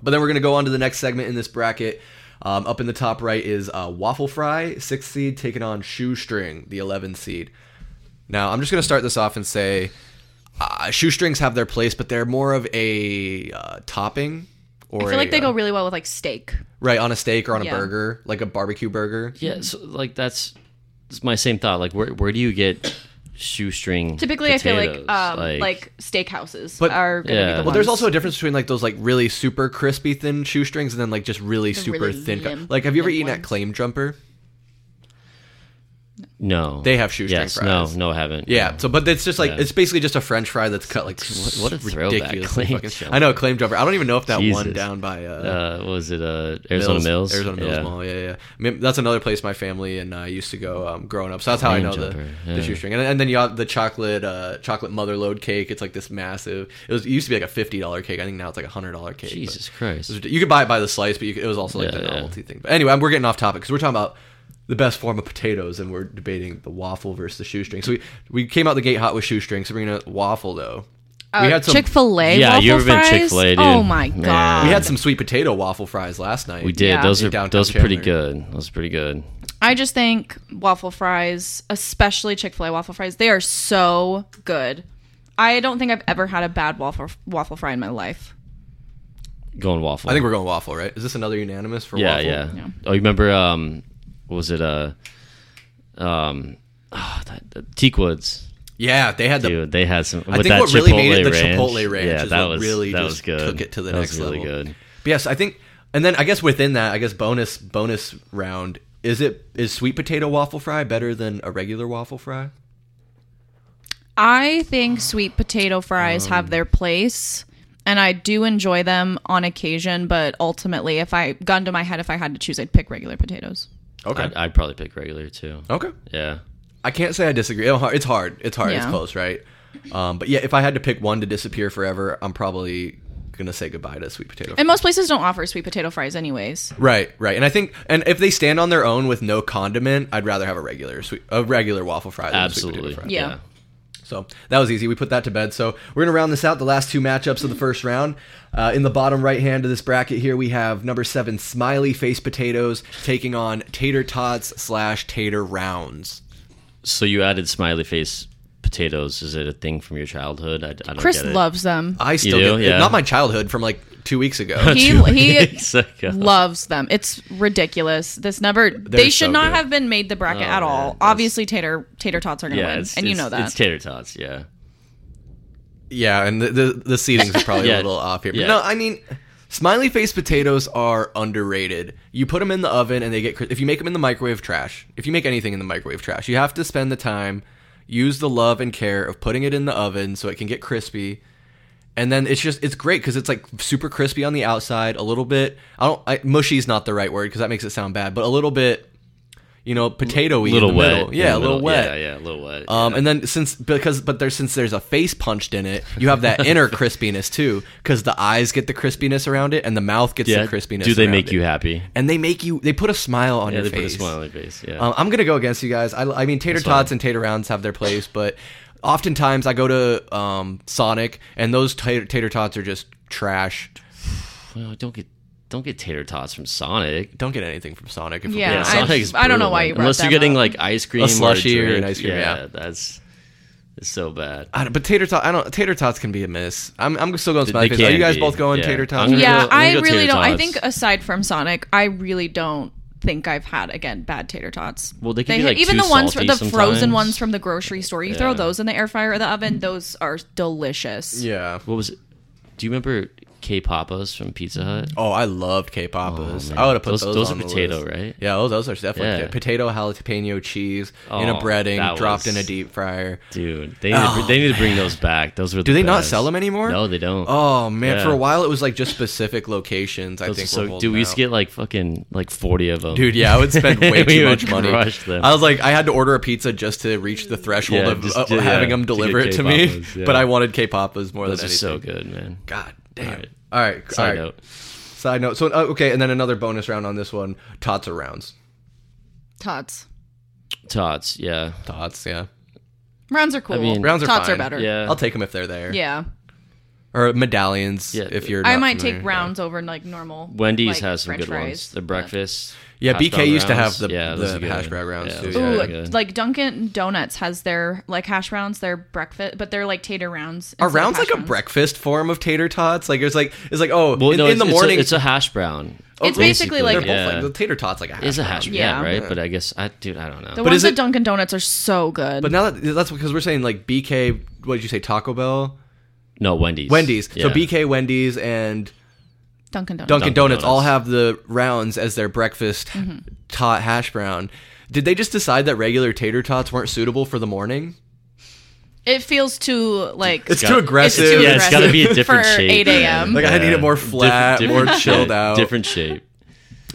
Speaker 1: But then we're going to go on to the next segment in this bracket. Um, up in the top right is uh, Waffle Fry, sixth seed, taking on Shoestring, the 11th seed. Now, I'm just going to start this off and say uh, Shoestrings have their place, but they're more of a uh, topping. Or
Speaker 3: I feel like
Speaker 1: a,
Speaker 3: they
Speaker 1: uh,
Speaker 3: go really well with like steak.
Speaker 1: right on a steak or on a
Speaker 3: Yeah.
Speaker 1: burger, like a barbecue burger.
Speaker 2: yeah, so like that's, that's my same thought. Like, where where do you get shoestring?
Speaker 3: Typically, I feel
Speaker 2: potatoes?
Speaker 3: like um, like, steakhouses
Speaker 1: But-
Speaker 3: are gonna
Speaker 2: Yeah.
Speaker 3: be the
Speaker 2: Well,
Speaker 1: Well, there's
Speaker 3: ones-
Speaker 1: also a difference between like those like really super crispy thin shoestrings and then like just really super
Speaker 3: really
Speaker 1: thin. cut-
Speaker 3: limp-
Speaker 1: like, have you ever
Speaker 3: limp
Speaker 1: eaten at
Speaker 3: ones.
Speaker 1: Claim Jumper?
Speaker 2: no,
Speaker 1: They have shoestring
Speaker 2: yes,
Speaker 1: fries.
Speaker 2: No, no, I haven't.
Speaker 1: Yeah. So, but it's just like
Speaker 2: Yeah.
Speaker 1: it's basically just a French fry that's cut like what,
Speaker 2: what a throwback, Claim Jumper.
Speaker 1: I know Claim Jumper. I don't even know if that one
Speaker 2: Jesus.
Speaker 1: down by uh,
Speaker 2: Uh, what was it? Uh, Arizona Mills.
Speaker 1: Arizona Mills
Speaker 2: Yeah.
Speaker 1: Mall. Yeah, yeah. I mean, that's another place my family and I used to go um, growing up. So that's how I
Speaker 2: Claim
Speaker 1: know
Speaker 2: Jumper,
Speaker 1: the,
Speaker 2: yeah.
Speaker 1: the shoestring. And, and then you have the chocolate uh, chocolate motherload cake. It's like this massive. It was it used to be like a fifty dollar cake. I think now it's like a hundred dollar cake. but-
Speaker 2: Jesus Christ.
Speaker 1: It was- You could buy it by the slice, but you could, it was also like
Speaker 2: Yeah,
Speaker 1: the
Speaker 2: yeah.
Speaker 1: novelty thing. But anyway, we're getting off topic because we're talking about the best form of potatoes, and we're debating the waffle versus the shoestring. So we, we came out the gate hot with shoestring. So we're gonna waffle though. we had some
Speaker 3: Chick Fil A.
Speaker 2: Yeah, you ever been
Speaker 3: fries?
Speaker 2: Chick-fil-A, dude?
Speaker 3: Oh my
Speaker 2: Man.
Speaker 3: god!
Speaker 1: we had some sweet potato waffle fries last night.
Speaker 2: We did.
Speaker 3: Yeah.
Speaker 2: Those
Speaker 1: In
Speaker 2: are
Speaker 1: downtown
Speaker 2: those are pretty
Speaker 1: Chandler.
Speaker 2: good. Those are pretty good.
Speaker 3: I just think waffle fries, especially Chick Fil A waffle fries, they are so good. I don't think I've ever had a bad waffle waffle fry in my life.
Speaker 2: Going waffle.
Speaker 1: I think we're going waffle, right? Is this another unanimous for
Speaker 2: yeah,
Speaker 1: waffle?
Speaker 2: yeah,
Speaker 3: Yeah.
Speaker 2: Oh, you remember? Um, what was it? Uh, um, oh, that, that, Teak Woods,
Speaker 1: yeah. They had the.
Speaker 2: dude. They had some. With
Speaker 1: I think
Speaker 2: that
Speaker 1: what really
Speaker 2: Chipotle
Speaker 1: made it the
Speaker 2: ranch,
Speaker 1: Chipotle ranch
Speaker 2: Yeah,
Speaker 1: is
Speaker 2: that
Speaker 1: what
Speaker 2: was
Speaker 1: really
Speaker 2: that
Speaker 1: just
Speaker 2: was good.
Speaker 1: took it to the
Speaker 2: That
Speaker 1: next
Speaker 2: was really
Speaker 1: level.
Speaker 2: Good.
Speaker 1: But yes, I think, and then I guess within that, I guess bonus bonus round is it is sweet potato waffle fry better than a regular waffle fry?
Speaker 3: I think sweet potato fries
Speaker 2: Um.
Speaker 3: have their place, and I do enjoy them on occasion. But ultimately, if I gun to my head, if I had to choose, I'd pick regular potatoes.
Speaker 1: Okay. Oh.
Speaker 2: I'd, I'd probably pick regular too.
Speaker 1: okay.
Speaker 2: Yeah.
Speaker 1: I can't say I disagree. It's hard. It's hard. It's, hard. it's
Speaker 3: Yeah.
Speaker 1: close, right? Um, but yeah, if I had to pick one to disappear forever, I'm probably gonna say goodbye to sweet potato.
Speaker 3: And most places don't offer sweet potato fries, anyways.
Speaker 1: right, right. And I think, and if they stand on their own with no condiment, I'd rather have a regular sweet, a regular waffle fry. Than A sweet
Speaker 2: Absolutely.
Speaker 1: potato fry.
Speaker 3: Yeah.
Speaker 2: yeah.
Speaker 1: So that was easy. We put that to bed. So we're gonna round this out. The last two matchups of the first round. Uh, in the bottom right hand of this bracket here, we have number seven Smiley Face Potatoes taking on Tater Tots slash Tater Rounds.
Speaker 2: So you added smiley face potatoes. Is it a thing from your childhood? I, I don't
Speaker 3: Chris
Speaker 2: get it.
Speaker 3: loves them.
Speaker 1: I still
Speaker 2: do?
Speaker 1: get,
Speaker 2: Yeah.
Speaker 1: not my childhood from like two weeks ago.
Speaker 3: He
Speaker 2: Two
Speaker 3: he
Speaker 2: weeks ago.
Speaker 3: loves them. It's ridiculous. This never they should
Speaker 1: so
Speaker 3: not
Speaker 1: good.
Speaker 3: have been made the bracket at all.
Speaker 2: Oh, that's-
Speaker 3: Obviously, tater tater tots are gonna
Speaker 2: Yeah,
Speaker 3: win,
Speaker 2: it's,
Speaker 3: and you
Speaker 2: it's-
Speaker 3: know that.
Speaker 2: it's tater tots. Yeah.
Speaker 1: Yeah, and the the, the seedings are probably a
Speaker 2: Yeah.
Speaker 1: little off here. But
Speaker 2: Yeah.
Speaker 1: No, I mean, smiley face potatoes are underrated. You put them in the oven and they get. cri- If you make them in the microwave, trash. If you make anything in the microwave, trash. You have to spend the time, use the love and care of putting it in the oven so it can get crispy. And then it's just it's great because it's like super crispy on the outside, a little bit. I don't I, mushy is not the right word because that makes it sound bad, but a little bit, you know, potatoey,
Speaker 2: A little
Speaker 1: in the
Speaker 2: wet.
Speaker 1: middle.
Speaker 2: in
Speaker 1: yeah,
Speaker 2: the
Speaker 1: a little
Speaker 2: middle.
Speaker 1: wet.
Speaker 2: Yeah, yeah, a little wet.
Speaker 1: Um, and then since because but there's since there's a face punched in it, you have that inner crispiness too, because the eyes get the crispiness around it, and the mouth gets
Speaker 2: yeah.
Speaker 1: the crispiness.
Speaker 2: Do they
Speaker 1: around
Speaker 2: make
Speaker 1: it.
Speaker 2: you happy?
Speaker 1: And they make you. They put a smile on
Speaker 2: Yeah,
Speaker 1: your
Speaker 2: they
Speaker 1: face.
Speaker 2: put a smile on their face. Yeah.
Speaker 1: Um, I'm gonna go against you guys. I, I mean, tater
Speaker 2: fine.
Speaker 1: tots and tater rounds have their place, but oftentimes I go to um, Sonic and those tater, tater tots are just trash.
Speaker 2: Well, don't get don't get tater tots from Sonic.
Speaker 1: Don't get anything from Sonic. If
Speaker 3: Yeah,
Speaker 2: Yeah,
Speaker 1: we're
Speaker 3: I-
Speaker 2: Sonic's
Speaker 3: I don't know
Speaker 2: brutal,
Speaker 3: why
Speaker 2: man.
Speaker 3: you brought
Speaker 2: unless you're
Speaker 3: them
Speaker 2: getting
Speaker 3: up.
Speaker 2: like ice cream,
Speaker 1: slushy or
Speaker 2: drink.
Speaker 1: an ice cream, yeah.
Speaker 2: that's it's so bad.
Speaker 1: I don't, but tater tot, I don't. Tater tots can be a miss. I'm, I'm still going
Speaker 2: They
Speaker 1: Sonic. Are
Speaker 2: can
Speaker 1: you guys
Speaker 2: be,
Speaker 1: both going
Speaker 2: yeah.
Speaker 1: tater
Speaker 2: I'm
Speaker 1: tots?
Speaker 2: gonna
Speaker 3: yeah,
Speaker 2: go- I'm
Speaker 3: I
Speaker 2: gonna go
Speaker 3: really
Speaker 2: tater
Speaker 3: don't. I
Speaker 2: tots.
Speaker 3: think aside from Sonic, I really don't think I've had again bad tater tots.
Speaker 2: Well, they can be,
Speaker 3: ha-
Speaker 2: like,
Speaker 3: even
Speaker 2: too
Speaker 3: the ones
Speaker 2: salty
Speaker 3: the frozen
Speaker 2: sometimes.
Speaker 3: ones from the grocery store. You
Speaker 2: Yeah.
Speaker 3: throw those in the air fryer or the oven; those are delicious.
Speaker 1: Yeah.
Speaker 2: What was it? Do you remember K Papas from Pizza Hut?
Speaker 1: Oh, I loved K-poppers.
Speaker 2: Oh, man.
Speaker 1: I would have put
Speaker 2: Those-
Speaker 1: those.
Speaker 2: those
Speaker 1: on
Speaker 2: are
Speaker 1: the
Speaker 2: potato,
Speaker 1: list.
Speaker 2: right?
Speaker 1: Yeah, those, those are definitely
Speaker 2: Yeah.
Speaker 1: potato jalapeno cheese in a
Speaker 2: Oh,
Speaker 1: breading,
Speaker 2: that
Speaker 1: dropped in a
Speaker 2: was-
Speaker 1: deep fryer.
Speaker 2: Dude, they need, to, br- they need to bring those back. Those were.
Speaker 1: Oh, Do they not sell them anymore?
Speaker 2: No, they don't.
Speaker 1: Oh man, for
Speaker 2: Yeah.
Speaker 1: a while it was like just specific locations. I
Speaker 2: Those
Speaker 1: think.
Speaker 2: are
Speaker 1: were
Speaker 2: so,
Speaker 1: holding
Speaker 2: dude, we used
Speaker 1: out.
Speaker 2: to get like fucking like forty of them.
Speaker 1: Dude, yeah, I would spend way
Speaker 2: We
Speaker 1: too
Speaker 2: would
Speaker 1: much money.
Speaker 2: crush them.
Speaker 1: I was like, I had to order a pizza just to reach the threshold
Speaker 2: Yeah,
Speaker 1: of
Speaker 2: just
Speaker 1: uh,
Speaker 2: to- yeah,
Speaker 1: having them
Speaker 2: to get
Speaker 1: deliver it to me.
Speaker 2: K-Papas, yeah.
Speaker 1: But I wanted K-papas more
Speaker 2: those
Speaker 1: than
Speaker 2: are
Speaker 1: anything.
Speaker 2: so good, man.
Speaker 1: God damn. All
Speaker 2: All
Speaker 1: right.
Speaker 2: right.
Speaker 1: All right.
Speaker 2: Side note.
Speaker 1: Side note. So uh, okay, and then another bonus round on this one. Tots or rounds.
Speaker 3: Tots.
Speaker 2: Tots, yeah.
Speaker 1: Tots. Yeah.
Speaker 3: Rounds are cool.
Speaker 2: mean-
Speaker 1: Rounds are
Speaker 3: tots
Speaker 1: fine.
Speaker 3: are better.
Speaker 2: Yeah.
Speaker 1: I'll take them if they're there.
Speaker 3: Yeah.
Speaker 1: Or medallions.
Speaker 2: Yeah.
Speaker 1: If you're.
Speaker 3: I
Speaker 1: not
Speaker 3: might
Speaker 1: familiar.
Speaker 3: take rounds over like normal.
Speaker 2: Wendy's
Speaker 3: like,
Speaker 2: has some
Speaker 3: French
Speaker 2: good
Speaker 3: fries,
Speaker 2: ones. The
Speaker 3: but-
Speaker 2: breakfast.
Speaker 1: Yeah,
Speaker 2: hash
Speaker 1: BK
Speaker 2: brown
Speaker 1: used to
Speaker 2: rounds.
Speaker 1: have the-
Speaker 2: those
Speaker 1: the
Speaker 2: are good.
Speaker 1: hash brown rounds, too,
Speaker 2: those
Speaker 1: yeah.
Speaker 2: are
Speaker 3: Ooh,
Speaker 2: really
Speaker 1: like-
Speaker 2: good.
Speaker 3: like Dunkin' Donuts has their like hash rounds, their breakfast, but they're like tater rounds.
Speaker 1: Are
Speaker 3: instead of
Speaker 1: rounds
Speaker 3: hash
Speaker 1: like a
Speaker 3: browns.
Speaker 1: breakfast form of tater tots? Like it's like it's like oh
Speaker 2: Well,
Speaker 1: in,
Speaker 2: no,
Speaker 1: in
Speaker 2: it's-
Speaker 1: the
Speaker 2: it's a-
Speaker 1: morning
Speaker 2: it's a hash brown.
Speaker 3: It's basically
Speaker 1: they're
Speaker 3: like-
Speaker 1: both
Speaker 2: yeah.
Speaker 1: like the tater tots like a hash
Speaker 2: It's a
Speaker 1: brown.
Speaker 2: hash, yeah,
Speaker 3: Yeah.
Speaker 2: right. But I guess I, dude, I don't know.
Speaker 3: The
Speaker 1: But
Speaker 3: ones
Speaker 1: is
Speaker 3: at
Speaker 1: it-
Speaker 3: Dunkin' Donuts are so good.
Speaker 1: But now that that's because we're saying like BK, what did you say, Taco Bell,
Speaker 2: no, Wendy's.
Speaker 1: Wendy's. So
Speaker 2: Yeah.
Speaker 1: BK, Wendy's, and
Speaker 3: Dunkin' Donuts.
Speaker 1: Dunkin'
Speaker 2: Dunkin'
Speaker 1: Donuts, all
Speaker 2: Donuts.
Speaker 1: have the rounds as their breakfast
Speaker 3: Mm-hmm.
Speaker 1: tot hash brown. Did they just decide that regular tater tots weren't suitable for the morning?
Speaker 3: It feels too like
Speaker 1: It's
Speaker 2: got-
Speaker 1: too
Speaker 2: it's
Speaker 1: aggressive.
Speaker 3: too
Speaker 2: Yeah, it's got to be a different
Speaker 3: for
Speaker 2: shape.
Speaker 3: 8 a.m..
Speaker 1: Like, I need it more
Speaker 2: Diff-
Speaker 1: flat, more chilled
Speaker 2: shape,
Speaker 1: out.
Speaker 2: Different shape.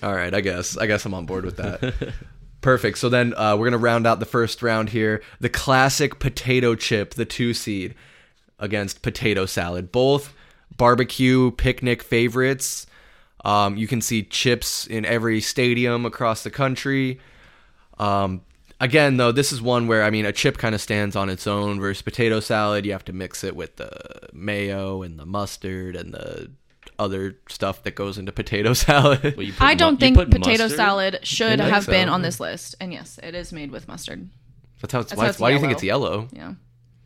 Speaker 1: All right, I guess I guess I'm on board with that. Perfect. So then uh, we're gonna round out the first round here. The classic potato chip, the two seed, against potato salad. Both barbecue picnic favorites. Um, you can see chips in every stadium across the country. Um, again, though, this is one where I mean a chip kind of stands on its own versus potato salad. You have to mix it with the mayo and the mustard and the other stuff that goes into potato salad.
Speaker 2: Well, you put
Speaker 3: I
Speaker 2: mu-
Speaker 3: don't
Speaker 2: you
Speaker 3: think
Speaker 2: put
Speaker 3: potato
Speaker 2: mustard?
Speaker 3: salad should
Speaker 1: I think
Speaker 3: have been
Speaker 1: so.
Speaker 3: on this list. And yes, it is made with mustard.
Speaker 1: That's how it's.
Speaker 3: That's
Speaker 1: why
Speaker 3: how it's
Speaker 1: why do you think
Speaker 3: yellow.
Speaker 1: it's yellow?
Speaker 3: Yeah.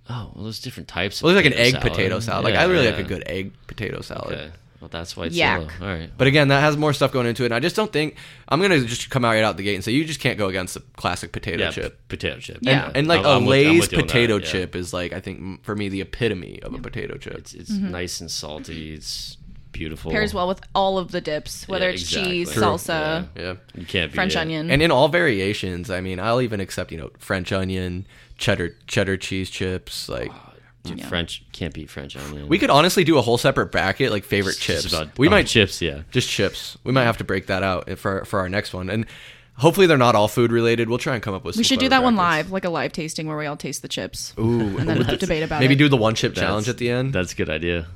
Speaker 2: Oh, well, there's different types.
Speaker 1: Well,
Speaker 2: of
Speaker 1: there's like an egg
Speaker 2: salad.
Speaker 1: potato salad. like
Speaker 2: Yeah,
Speaker 1: I really like
Speaker 2: yeah.
Speaker 1: a good egg potato salad.
Speaker 2: Okay. Well, that's why it's
Speaker 3: Yak.
Speaker 2: yellow. All right.
Speaker 1: But again, that has more stuff going into it. And I just don't think I'm gonna just come out right out the gate and say you just can't go against the classic potato
Speaker 2: yeah,
Speaker 1: chip.
Speaker 2: p- potato chip.
Speaker 3: Yeah.
Speaker 1: And like
Speaker 2: I'm- I'm
Speaker 1: a
Speaker 2: with- I'm
Speaker 1: Lay's
Speaker 2: with you on that,
Speaker 1: potato
Speaker 2: yeah.
Speaker 1: chip is like I think m- for me the epitome of a potato chip.
Speaker 2: It's, it's nice and salty. It's beautiful.
Speaker 3: Pairs Mm-hmm. well with all of the dips, whether
Speaker 2: Yeah,
Speaker 3: it's
Speaker 2: exactly.
Speaker 3: cheese,
Speaker 2: True.
Speaker 3: salsa,
Speaker 1: yeah.
Speaker 2: You can't beat
Speaker 3: French
Speaker 2: it.
Speaker 3: onion.
Speaker 1: And in all variations, I mean, I'll even accept you know French onion, cheddar cheddar cheese chips. Like
Speaker 2: Dude, French can't beat French onion.
Speaker 1: we could honestly do a whole separate bracket like favorite
Speaker 2: It's
Speaker 1: chips.
Speaker 2: Just about,
Speaker 1: we
Speaker 2: oh,
Speaker 1: might
Speaker 2: chips. Yeah.
Speaker 1: just chips. We might have to break that out for for our next one, and hopefully they're not all food related. We'll try and come up with.
Speaker 3: we
Speaker 1: some
Speaker 3: should do that
Speaker 1: clever
Speaker 3: one
Speaker 1: brackets.
Speaker 3: live, like a live tasting where we all taste the chips
Speaker 1: Ooh,
Speaker 3: and then debate about
Speaker 1: maybe
Speaker 3: it.
Speaker 1: do the one chip challenge
Speaker 2: That's-
Speaker 1: at the end.
Speaker 2: That's a good idea.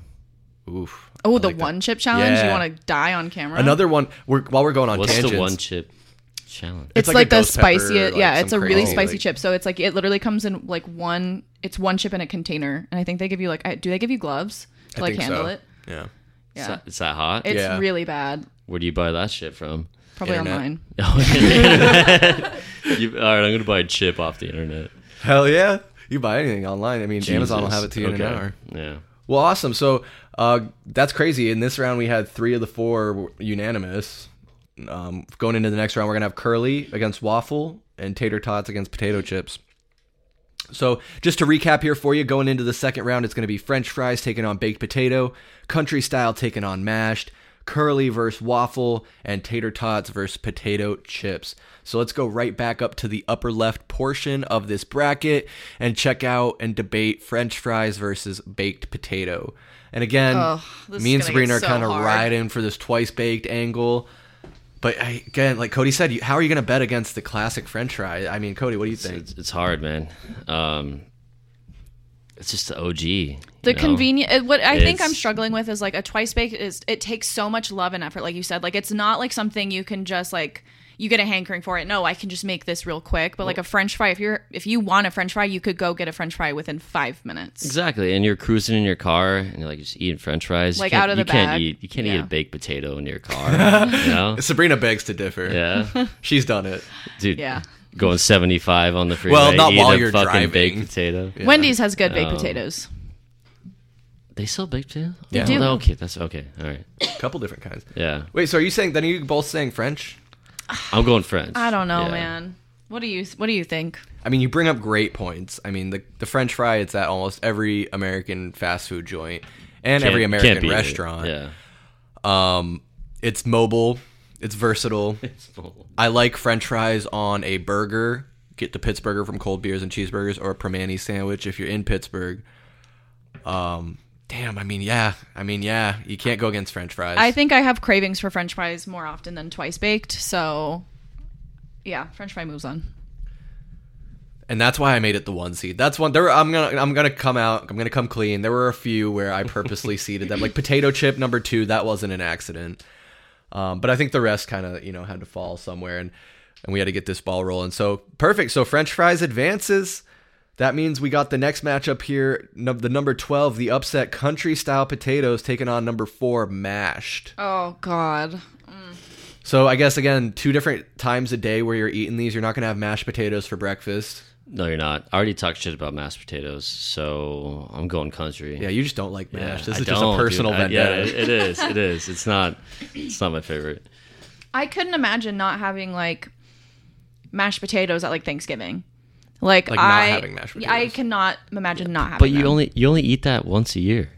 Speaker 1: Oof.
Speaker 3: oh,
Speaker 1: I
Speaker 3: the
Speaker 1: like that.
Speaker 3: one chip challenge. You
Speaker 1: Yeah.
Speaker 3: want to die on camera?
Speaker 1: Another one. We're while we're going on
Speaker 2: What's
Speaker 1: tangents.
Speaker 2: the one chip challenge?
Speaker 3: It's,
Speaker 1: like
Speaker 3: like,
Speaker 1: a
Speaker 3: the
Speaker 1: ghost pepper,
Speaker 3: spicy.
Speaker 1: like
Speaker 3: yeah,
Speaker 1: some
Speaker 3: it's a really
Speaker 1: crazy,
Speaker 3: spicy
Speaker 1: like-
Speaker 3: chip. So it's like it literally comes in like one. It's one chip in a container, and I think they give you like. I, do they give you gloves to
Speaker 1: I
Speaker 3: like
Speaker 1: think
Speaker 3: handle
Speaker 1: so.
Speaker 3: it?
Speaker 1: Yeah.
Speaker 3: Yeah,
Speaker 2: Is that- is that hot?
Speaker 3: it's
Speaker 1: Yeah.
Speaker 3: really bad.
Speaker 2: Where do you buy that shit from?
Speaker 3: Probably
Speaker 1: Internet.
Speaker 3: online.
Speaker 2: You- all right, I'm gonna buy a chip off the internet.
Speaker 1: Hell yeah! You buy anything online. I mean, Amazon will
Speaker 2: Jesus.
Speaker 1: have it to you in an
Speaker 2: Okay.
Speaker 1: hour.
Speaker 2: Yeah.
Speaker 1: Well, awesome. So uh, that's crazy. In this round, we had three of the four were unanimous. Um, going into the next round, we're gonna have curly against waffle and tater tots against potato chips. So just to recap here for you, going into the second round, it's gonna be French fries taking on baked potato, country style taking on mashed, curly versus waffle, and tater tots versus potato chips. So let's go right back up to the upper left portion of this bracket and check out and debate French fries versus baked potato. And again,
Speaker 3: Ugh, this
Speaker 1: me
Speaker 3: is
Speaker 1: and
Speaker 3: gonna get
Speaker 1: Sabrina are
Speaker 3: so
Speaker 1: kind of
Speaker 3: hard.
Speaker 1: riding for this twice baked angle. But I, again, like Cody said, you, how are you going to bet against the classic French fry? I mean, Cody, what do you think?
Speaker 2: It's, it's hard, man. Um, it's just the OG. you
Speaker 3: The
Speaker 2: know?
Speaker 3: convenient. What I think I'm
Speaker 2: It's-
Speaker 3: struggling with is like a twice baked is. It takes so much love and effort, like you said. Like it's not like something you can just like. you get a hankering for it. No, I can just make this real quick. But like a French fry, if you're if you want a French fry, you could go get a French fry within five minutes.
Speaker 2: Exactly, and you're cruising in your car, and you're like just eating French fries. You
Speaker 3: Like,
Speaker 2: can't-
Speaker 3: out of
Speaker 2: you
Speaker 3: the
Speaker 2: can't
Speaker 3: bag.
Speaker 2: eat. You can't eat
Speaker 3: Yeah.
Speaker 2: a baked potato in your car. you know?
Speaker 1: Sabrina begs to differ.
Speaker 2: Yeah,
Speaker 1: She's done it.
Speaker 2: dude.
Speaker 3: Yeah.
Speaker 2: Going 75 on the freeway.
Speaker 1: Well, not
Speaker 2: eating
Speaker 1: while
Speaker 2: a
Speaker 1: you're
Speaker 2: fucking
Speaker 1: driving.
Speaker 2: baked potato.
Speaker 3: Wendy's has good baked potatoes.
Speaker 2: They sell baked potato.
Speaker 1: They
Speaker 2: Oh,
Speaker 3: do.
Speaker 2: no, okay, that's okay. All right.
Speaker 1: A couple different kinds.
Speaker 2: Yeah,
Speaker 1: Wait, so are you saying then are you both saying French?
Speaker 2: I'm going French.
Speaker 3: I don't know,
Speaker 2: Yeah.
Speaker 3: man. What do you What do you think?
Speaker 1: I mean, you bring up great points. I mean, the the French fry it's at almost every American fast food joint and
Speaker 2: Can't-
Speaker 1: every
Speaker 2: can't
Speaker 1: American
Speaker 2: beat it.
Speaker 1: restaurant.
Speaker 2: Yeah.
Speaker 1: Um, it's mobile. It's versatile. I like French fries on a burger. Get the Pittsburgher from Cold Beers and Cheeseburgers or a Promani sandwich if you're in Pittsburgh. Um, damn, I mean, yeah, I mean, yeah, you can't go against French fries.
Speaker 3: I think I have cravings for French fries more often than twice baked. So, yeah, French fry moves on.
Speaker 1: and that's why I made it the one seed. That's one. There, I'm gonna, I'm gonna come out. I'm gonna come clean. There were a few where I purposely seeded them, like potato chip number two. That wasn't an accident. Um, but I think the rest kind of, you know, had to fall somewhere, and and we had to get this ball rolling. So perfect. So French fries advances. That means we got the next matchup here. Num- the number twelve, the upset country style potatoes, taking on number four, mashed.
Speaker 3: Oh God.
Speaker 1: So I guess again, two different times a day where you're eating these. You're not gonna have mashed potatoes for breakfast.
Speaker 2: No, you're not. I already talked shit about mashed potatoes, so I'm going country.
Speaker 1: Yeah, you just don't like mashed. this
Speaker 2: I
Speaker 1: is just
Speaker 2: don't,
Speaker 1: a
Speaker 2: dude.
Speaker 1: personal
Speaker 2: I-
Speaker 1: vendetta.
Speaker 2: yeah, it- it is. It is. It's not. It's not my favorite.
Speaker 3: I couldn't imagine not having like mashed potatoes at like Thanksgiving. Like,
Speaker 1: Like, not
Speaker 3: I,
Speaker 1: having mashed
Speaker 3: yeah, I
Speaker 1: potatoes.
Speaker 3: cannot imagine not having.
Speaker 2: But you
Speaker 3: them.
Speaker 2: only you only eat that once a year.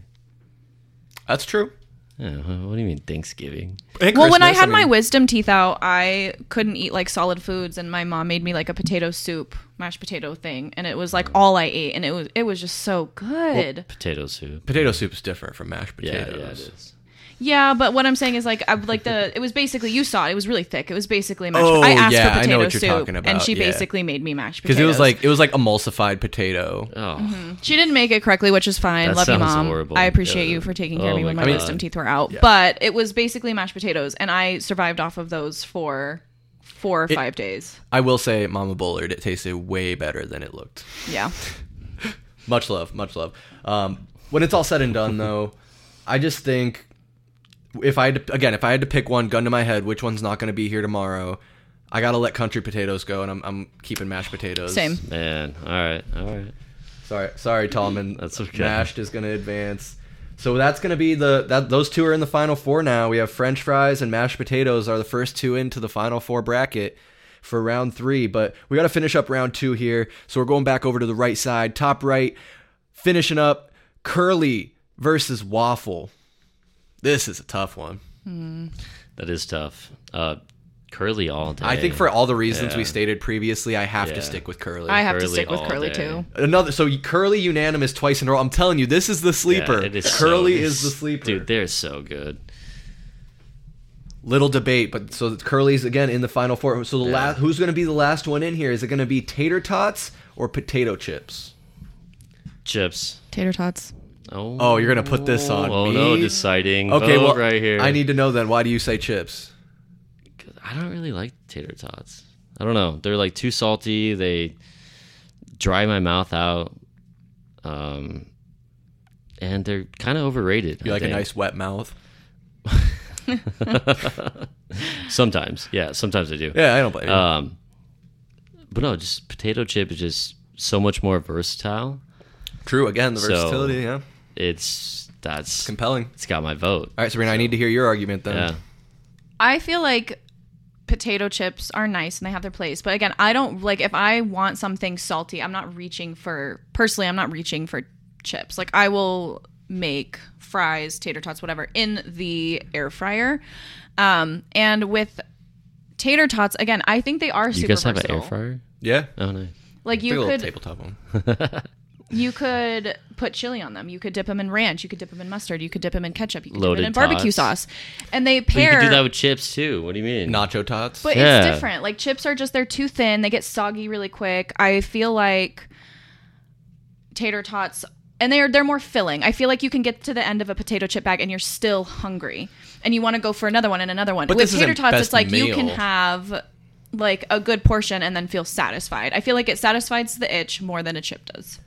Speaker 1: That's true.
Speaker 2: Yeah, what do you mean Thanksgiving?
Speaker 3: Well, when I had my wisdom teeth out, I couldn't eat like solid foods, and my mom made me like a potato soup, mashed potato thing, and it was like all I ate, and it was it was just so good.
Speaker 2: Potato soup.
Speaker 1: potato soup is different from mashed
Speaker 2: Yeah,
Speaker 1: potatoes.
Speaker 2: yeah, it is.
Speaker 3: yeah, but what I'm saying is like I like the it was basically you saw it, it was really thick. It was basically mashed.
Speaker 1: Oh,
Speaker 3: I asked
Speaker 1: yeah,
Speaker 3: for
Speaker 1: I know
Speaker 3: potato
Speaker 1: what you're
Speaker 3: soup,
Speaker 1: talking about,
Speaker 3: and she
Speaker 1: yeah.
Speaker 3: basically made me mashed potatoes
Speaker 1: Because it was like it was like emulsified potato.
Speaker 2: Oh,
Speaker 3: She didn't make it correctly, which is fine.
Speaker 2: That
Speaker 3: Love you,
Speaker 2: sounds
Speaker 3: mom.
Speaker 2: horrible.
Speaker 3: I appreciate
Speaker 2: Yeah.
Speaker 3: you for taking
Speaker 2: Oh
Speaker 3: care of me
Speaker 2: my
Speaker 3: when my
Speaker 2: God.
Speaker 3: wisdom teeth were out. But it was basically mashed potatoes, and I survived off of those for four or five days.
Speaker 1: I will say, Mama Bullard, it tasted way better than it looked.
Speaker 3: Yeah.
Speaker 1: Much love, much love. Um, when it's all said and done, though, I just think if I had to, again, if I had to pick one, gun to my head, which one's not going to be here tomorrow, I gotta let country potatoes go, and I'm, I'm keeping mashed potatoes.
Speaker 3: Same.
Speaker 2: man. All right, all right.
Speaker 1: Sorry, sorry, Tallman.
Speaker 2: That's okay.
Speaker 1: Mashed is going to advance. So that's going to be the that those two are in the final four now. We have French fries and mashed potatoes are the first two into the final four bracket for round three. But we got to finish up round two here. So we're going back over to the right side, top right, finishing up curly versus waffle. This is a tough one.
Speaker 2: That is tough. Uh, curly all day.
Speaker 1: I think for all the reasons we
Speaker 2: Yeah.
Speaker 1: stated previously, I have
Speaker 2: Yeah.
Speaker 1: to stick with curly.
Speaker 3: I have to
Speaker 2: Curly
Speaker 3: stick with
Speaker 2: all
Speaker 3: curly
Speaker 2: day.
Speaker 3: too.
Speaker 1: Another so curly unanimous twice in a row. I'm telling you, this is the
Speaker 2: Yeah,
Speaker 1: sleeper.
Speaker 2: it is so-
Speaker 1: curly
Speaker 2: it's-
Speaker 1: is the sleeper.
Speaker 2: Dude, they're so good.
Speaker 1: little debate, but so that Curly's again in the final four. So the last, who's going to be the last one in here? Is it going to be tater tots or potato chips?
Speaker 2: Chips.
Speaker 3: Tater tots.
Speaker 2: Oh,
Speaker 1: Oh, you're going to put this on
Speaker 2: Oh
Speaker 1: me?
Speaker 2: no, deciding.
Speaker 1: okay,
Speaker 2: Vote
Speaker 1: well,
Speaker 2: right here.
Speaker 1: I need to know then. Why do you say chips?
Speaker 2: I don't really like tater tots. I don't know. They're like too salty. They dry my mouth out. Um, and they're kind of overrated.
Speaker 1: You
Speaker 2: I
Speaker 1: like a
Speaker 2: think.
Speaker 1: nice wet mouth?
Speaker 2: Sometimes, yeah. Sometimes I do.
Speaker 1: Yeah, I don't blame you.
Speaker 2: Um, but no, just potato chip is just so much more versatile.
Speaker 1: True. Again, the
Speaker 2: so-
Speaker 1: versatility. yeah,
Speaker 2: It's that's
Speaker 1: compelling.
Speaker 2: it's got my vote.
Speaker 1: All right, Sabrina, I need to hear your argument then.
Speaker 2: Yeah.
Speaker 3: I feel like potato chips are nice and they have their place. But again, I don't like if I want something salty, I'm not reaching for personally, I'm not reaching for chips. Like I will make fries, tater tots, whatever in the air fryer. Um and with tater tots, again, I think they are
Speaker 2: Do
Speaker 3: super
Speaker 2: you guys have an
Speaker 3: versatile.
Speaker 2: air fryer?
Speaker 1: Yeah.
Speaker 2: Oh no.
Speaker 3: Like
Speaker 1: Take a
Speaker 3: you
Speaker 1: little
Speaker 3: could
Speaker 1: tabletop one.
Speaker 3: you could put chili on them. You could dip them in ranch, you could dip them in mustard, you could dip them in ketchup, you could
Speaker 2: Loaded
Speaker 3: dip them in barbecue
Speaker 2: tots.
Speaker 3: sauce. And they
Speaker 2: But you
Speaker 3: pair
Speaker 2: could do that with chips too. What do you mean?
Speaker 1: Nacho tots.
Speaker 3: But
Speaker 2: Yeah.
Speaker 3: it's different. Like chips are just they're too thin. They get soggy really quick. I feel like tater tots and they're they're more filling. I feel like you can get to the end of a potato chip bag and you're still hungry and you want to go for another one and another one.
Speaker 1: But
Speaker 3: With
Speaker 1: this isn't
Speaker 3: tater tots
Speaker 1: best
Speaker 3: it's like you
Speaker 1: meal.
Speaker 3: can have like a good portion and then feel satisfied. I feel like it satisfies the itch more than a chip does.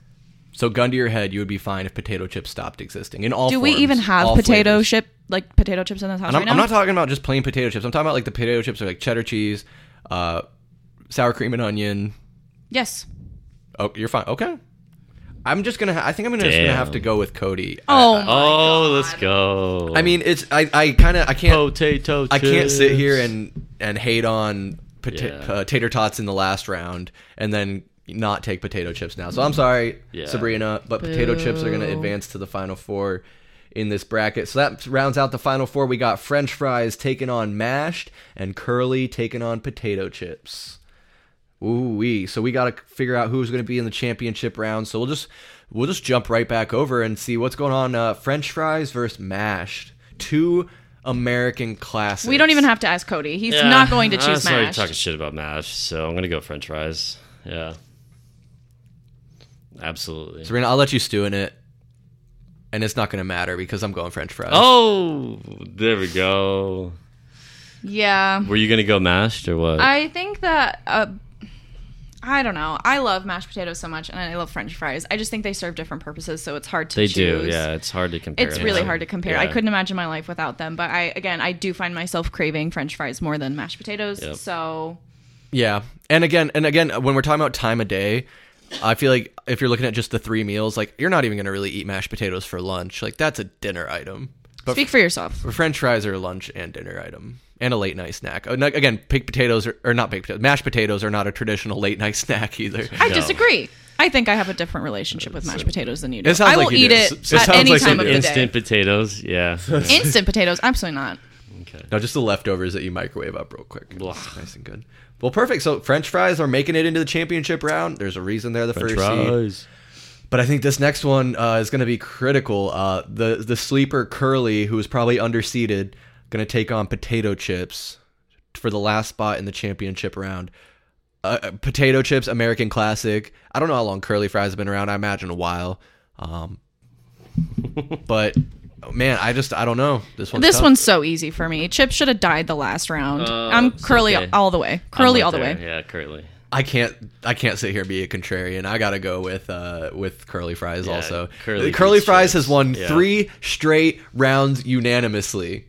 Speaker 1: So, gun to your head, you would be fine if potato chips stopped existing in all.
Speaker 3: Do we
Speaker 1: forms,
Speaker 3: even have
Speaker 1: all
Speaker 3: potato
Speaker 1: flavors.
Speaker 3: chip like potato chips in this house
Speaker 1: And I'm,
Speaker 3: right now?
Speaker 1: I'm not talking about just plain potato chips. I'm talking about like the potato chips are like cheddar cheese, uh, sour cream and onion.
Speaker 3: yes.
Speaker 1: Oh, you're fine. Okay. I'm just gonna. Ha- I think I'm gonna just gonna have to
Speaker 2: Damn.
Speaker 1: go with Cody.
Speaker 3: Oh,
Speaker 1: I,
Speaker 3: my
Speaker 2: Oh, let's
Speaker 3: God.
Speaker 2: go.
Speaker 1: I mean, it's. I. I kind of. I can't.
Speaker 2: potato.
Speaker 1: I can't sit
Speaker 2: chips.
Speaker 1: here and and hate on pota-
Speaker 2: Yeah.
Speaker 1: uh, tater tots in the last round and then not take potato chips now. So I'm sorry,
Speaker 2: Yeah.
Speaker 1: Sabrina, but potato chips are going to
Speaker 3: Boo.
Speaker 1: advance to the final four in this bracket. So that rounds out the final four. We got French fries taking on mashed and curly taking on potato chips. Ooh wee! So we got to figure out who's going to be in the championship round. So we'll just we'll just jump right back over and see what's going on. Uh, French fries versus mashed, two American classics.
Speaker 3: We don't even have to ask Cody. He's
Speaker 2: Yeah,
Speaker 3: not going to
Speaker 1: Uh,
Speaker 2: I
Speaker 3: choose
Speaker 2: was already
Speaker 3: mashed.
Speaker 2: talking shit about mash, so I'm gonna go French fries. Yeah, absolutely.
Speaker 1: Sabrina, I'll let you stew in it, and it's not going to matter because I'm going French fries.
Speaker 2: Oh, there we go.
Speaker 3: Yeah.
Speaker 2: Were you gonna go mashed or what?
Speaker 3: I think that uh, I don't know. I love mashed potatoes so much, and I love French fries. I just think they serve different purposes, so it's hard to
Speaker 2: they
Speaker 3: choose.
Speaker 2: do. Yeah, it's hard to compare.
Speaker 3: It's really
Speaker 2: them.
Speaker 3: hard to compare.
Speaker 2: Yeah.
Speaker 3: I couldn't imagine my life without them. But I, again, I do find myself craving French fries more than mashed potatoes.
Speaker 2: Yep.
Speaker 3: So
Speaker 1: Yeah, and again, and again, when we're talking about time of day, I feel like if you're looking at just the three meals, like you're not even going to really eat mashed potatoes for lunch. Like that's a dinner item. But
Speaker 3: speak for yourself.
Speaker 1: French fries are a lunch and dinner item and a late night snack. And Again, baked potatoes are, or not baked potatoes, mashed potatoes are not a traditional late night snack either.
Speaker 3: I
Speaker 2: No.
Speaker 3: disagree. I think I have a different relationship with mashed potatoes than you do.
Speaker 1: It sounds
Speaker 3: I will
Speaker 1: like you
Speaker 3: eat
Speaker 1: do. S-
Speaker 3: it
Speaker 1: it
Speaker 3: at
Speaker 1: sounds
Speaker 3: any
Speaker 1: like you
Speaker 3: time of
Speaker 1: do.
Speaker 3: the
Speaker 2: Instant
Speaker 3: day.
Speaker 2: potatoes. Yeah.
Speaker 3: Instant potatoes, absolutely not.
Speaker 2: okay.
Speaker 1: No, just the leftovers that you microwave up real quick.
Speaker 2: Blah.
Speaker 1: It's nice and good. Well, perfect. So French fries are making it into the championship round. There's a reason they're the
Speaker 2: French
Speaker 1: first seed.
Speaker 2: fries.
Speaker 1: But I think this next one uh, is going to be critical. Uh, the the sleeper Curly, who is probably underseeded, going to take on Potato Chips for the last spot in the championship round. Uh, uh, potato Chips, American classic. I don't know how long Curly Fries have been around. I imagine a while. Um, but man, I just I don't know this one.
Speaker 3: This one's so easy for me. Chip should have died the last round.
Speaker 2: Oh,
Speaker 3: I'm
Speaker 2: it's
Speaker 3: curly
Speaker 2: okay.
Speaker 3: all the way. Curly
Speaker 2: I'm
Speaker 3: all
Speaker 2: with
Speaker 3: the
Speaker 2: there.
Speaker 3: way.
Speaker 2: Yeah, curly.
Speaker 1: I can't I can't sit here and be a contrarian. I gotta go with uh with curly fries
Speaker 2: Yeah,
Speaker 1: also.
Speaker 2: Curly
Speaker 1: Curly, curly
Speaker 2: beats
Speaker 1: fries
Speaker 2: Chips.
Speaker 1: has won
Speaker 2: Yeah.
Speaker 1: three straight rounds unanimously.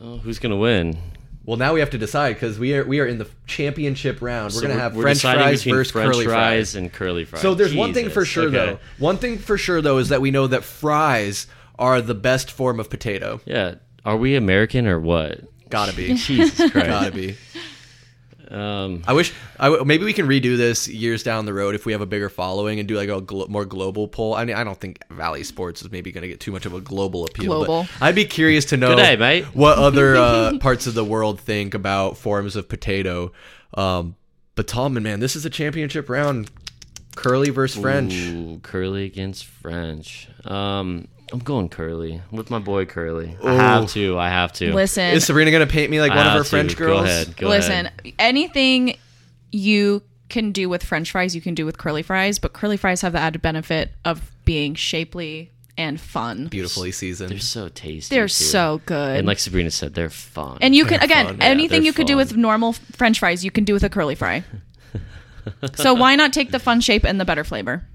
Speaker 2: Oh, who's gonna win?
Speaker 1: Well, now we have to decide because we are we are in the championship round. We're
Speaker 2: So
Speaker 1: gonna have
Speaker 2: we're
Speaker 1: French
Speaker 2: deciding
Speaker 1: fries
Speaker 2: between
Speaker 1: versus
Speaker 2: French
Speaker 1: curly fries.
Speaker 2: and curly fries.
Speaker 1: So there's one thing
Speaker 2: Jesus.
Speaker 1: for sure
Speaker 2: Okay.
Speaker 1: though. One thing for sure though is that we know that fries are the best form of potato.
Speaker 2: Yeah. Are we American or what?
Speaker 1: Gotta be.
Speaker 2: Jesus
Speaker 1: Gotta
Speaker 2: Christ.
Speaker 1: be.
Speaker 2: um,
Speaker 1: I wish. I w- maybe we can redo this years down the road if we have a bigger following and do like a glo- more global poll. I mean, I don't think Valley Sports is maybe going to get too much of a global appeal. but
Speaker 3: Global.
Speaker 1: I'd be curious to know
Speaker 2: Good day, mate.
Speaker 1: what other uh, parts of the world think about forms of potato. Um, but Tallman, man, this is a championship round. Curly versus French.
Speaker 2: Ooh, curly against French. Um, I'm going curly I'm with my boy Curly. I have to. I have to.
Speaker 3: Listen,
Speaker 1: Is Sabrina going to paint me like
Speaker 2: I
Speaker 1: one of
Speaker 2: have
Speaker 1: her
Speaker 2: to.
Speaker 1: French girls?
Speaker 2: Go ahead. Go
Speaker 3: listen.
Speaker 2: ahead.
Speaker 3: Anything you can do with French fries, you can do with curly fries. But curly fries have the added benefit of being shapely and fun.
Speaker 1: Beautifully seasoned.
Speaker 2: They're so tasty.
Speaker 3: They're
Speaker 2: too.
Speaker 3: so good.
Speaker 2: And like Sabrina said, they're fun.
Speaker 3: And you can again
Speaker 1: fun. Yeah,
Speaker 3: anything
Speaker 2: they're
Speaker 3: you could do
Speaker 2: fun.
Speaker 3: with normal f- French fries, you can do with a curly fry. so why not take the fun shape and the better flavor?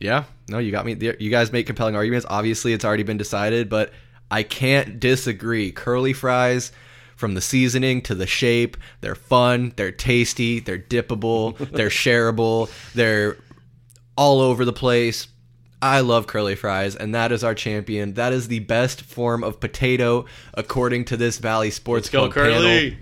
Speaker 1: Yeah, no, you got me. there. You guys make compelling arguments. Obviously, it's already been decided, but I can't disagree. Curly fries, from the seasoning to the shape, they're fun, they're tasty, they're dippable, they're shareable, they're all over the place. I love curly fries, and that is our champion. That is the best form of potato, according to this Valley Sports
Speaker 2: go
Speaker 1: Club panel.
Speaker 2: curly.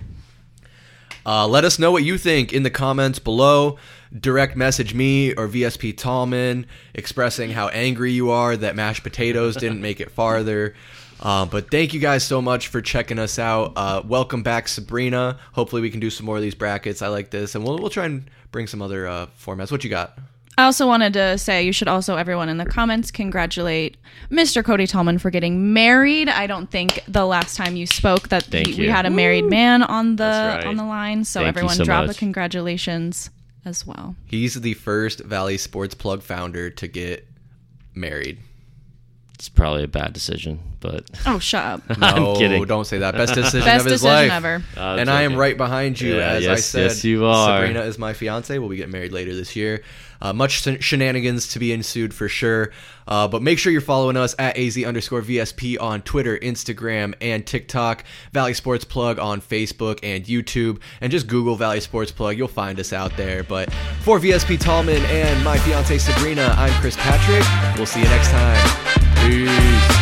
Speaker 1: Uh, let us know what you think in the comments below. Direct message me or VSP Tallman expressing how angry you are that mashed potatoes didn't make it farther. Uh, but thank you guys so much for checking us out. Uh, welcome back, Sabrina. Hopefully, we can do some more of these brackets. I like this, and we'll we'll try and bring some other uh, formats. What you got?
Speaker 3: I also wanted to say you should also everyone in the comments congratulate Mr. Cody Tallman for getting married. I don't think the last time you spoke that
Speaker 2: Thank
Speaker 3: he-
Speaker 2: you.
Speaker 3: we had a married man on the
Speaker 2: That's right.
Speaker 3: on the line. So
Speaker 2: Thank you
Speaker 3: everyone
Speaker 2: so
Speaker 3: drop
Speaker 2: much.
Speaker 3: a congratulations as well.
Speaker 1: He's the first Valley Sports Plug founder to get married.
Speaker 2: it's probably a bad decision, but
Speaker 3: Oh, shut up.
Speaker 1: No,
Speaker 2: I'm kidding.
Speaker 1: don't say that. Best decision
Speaker 3: Best
Speaker 1: of his
Speaker 3: decision
Speaker 1: life.
Speaker 3: ever.
Speaker 2: I'm
Speaker 1: and I am
Speaker 2: joking.
Speaker 1: right behind you,
Speaker 2: Yeah,
Speaker 1: as I
Speaker 2: yes-
Speaker 1: said.
Speaker 2: yes, you are.
Speaker 1: Sabrina is my fiance. We'll be getting married later this year. Uh, much shen- shenanigans to be ensued for sure. Uh, but make sure you're following us at AZ underscore VSP on Twitter, Instagram, and TikTok. Valley Sports Plug on Facebook and YouTube. And just Google Valley Sports Plug. You'll find us out there. But for VSP Tallman and my fiance Sabrina, I'm Chris Patrick. We'll see you next time. Peace.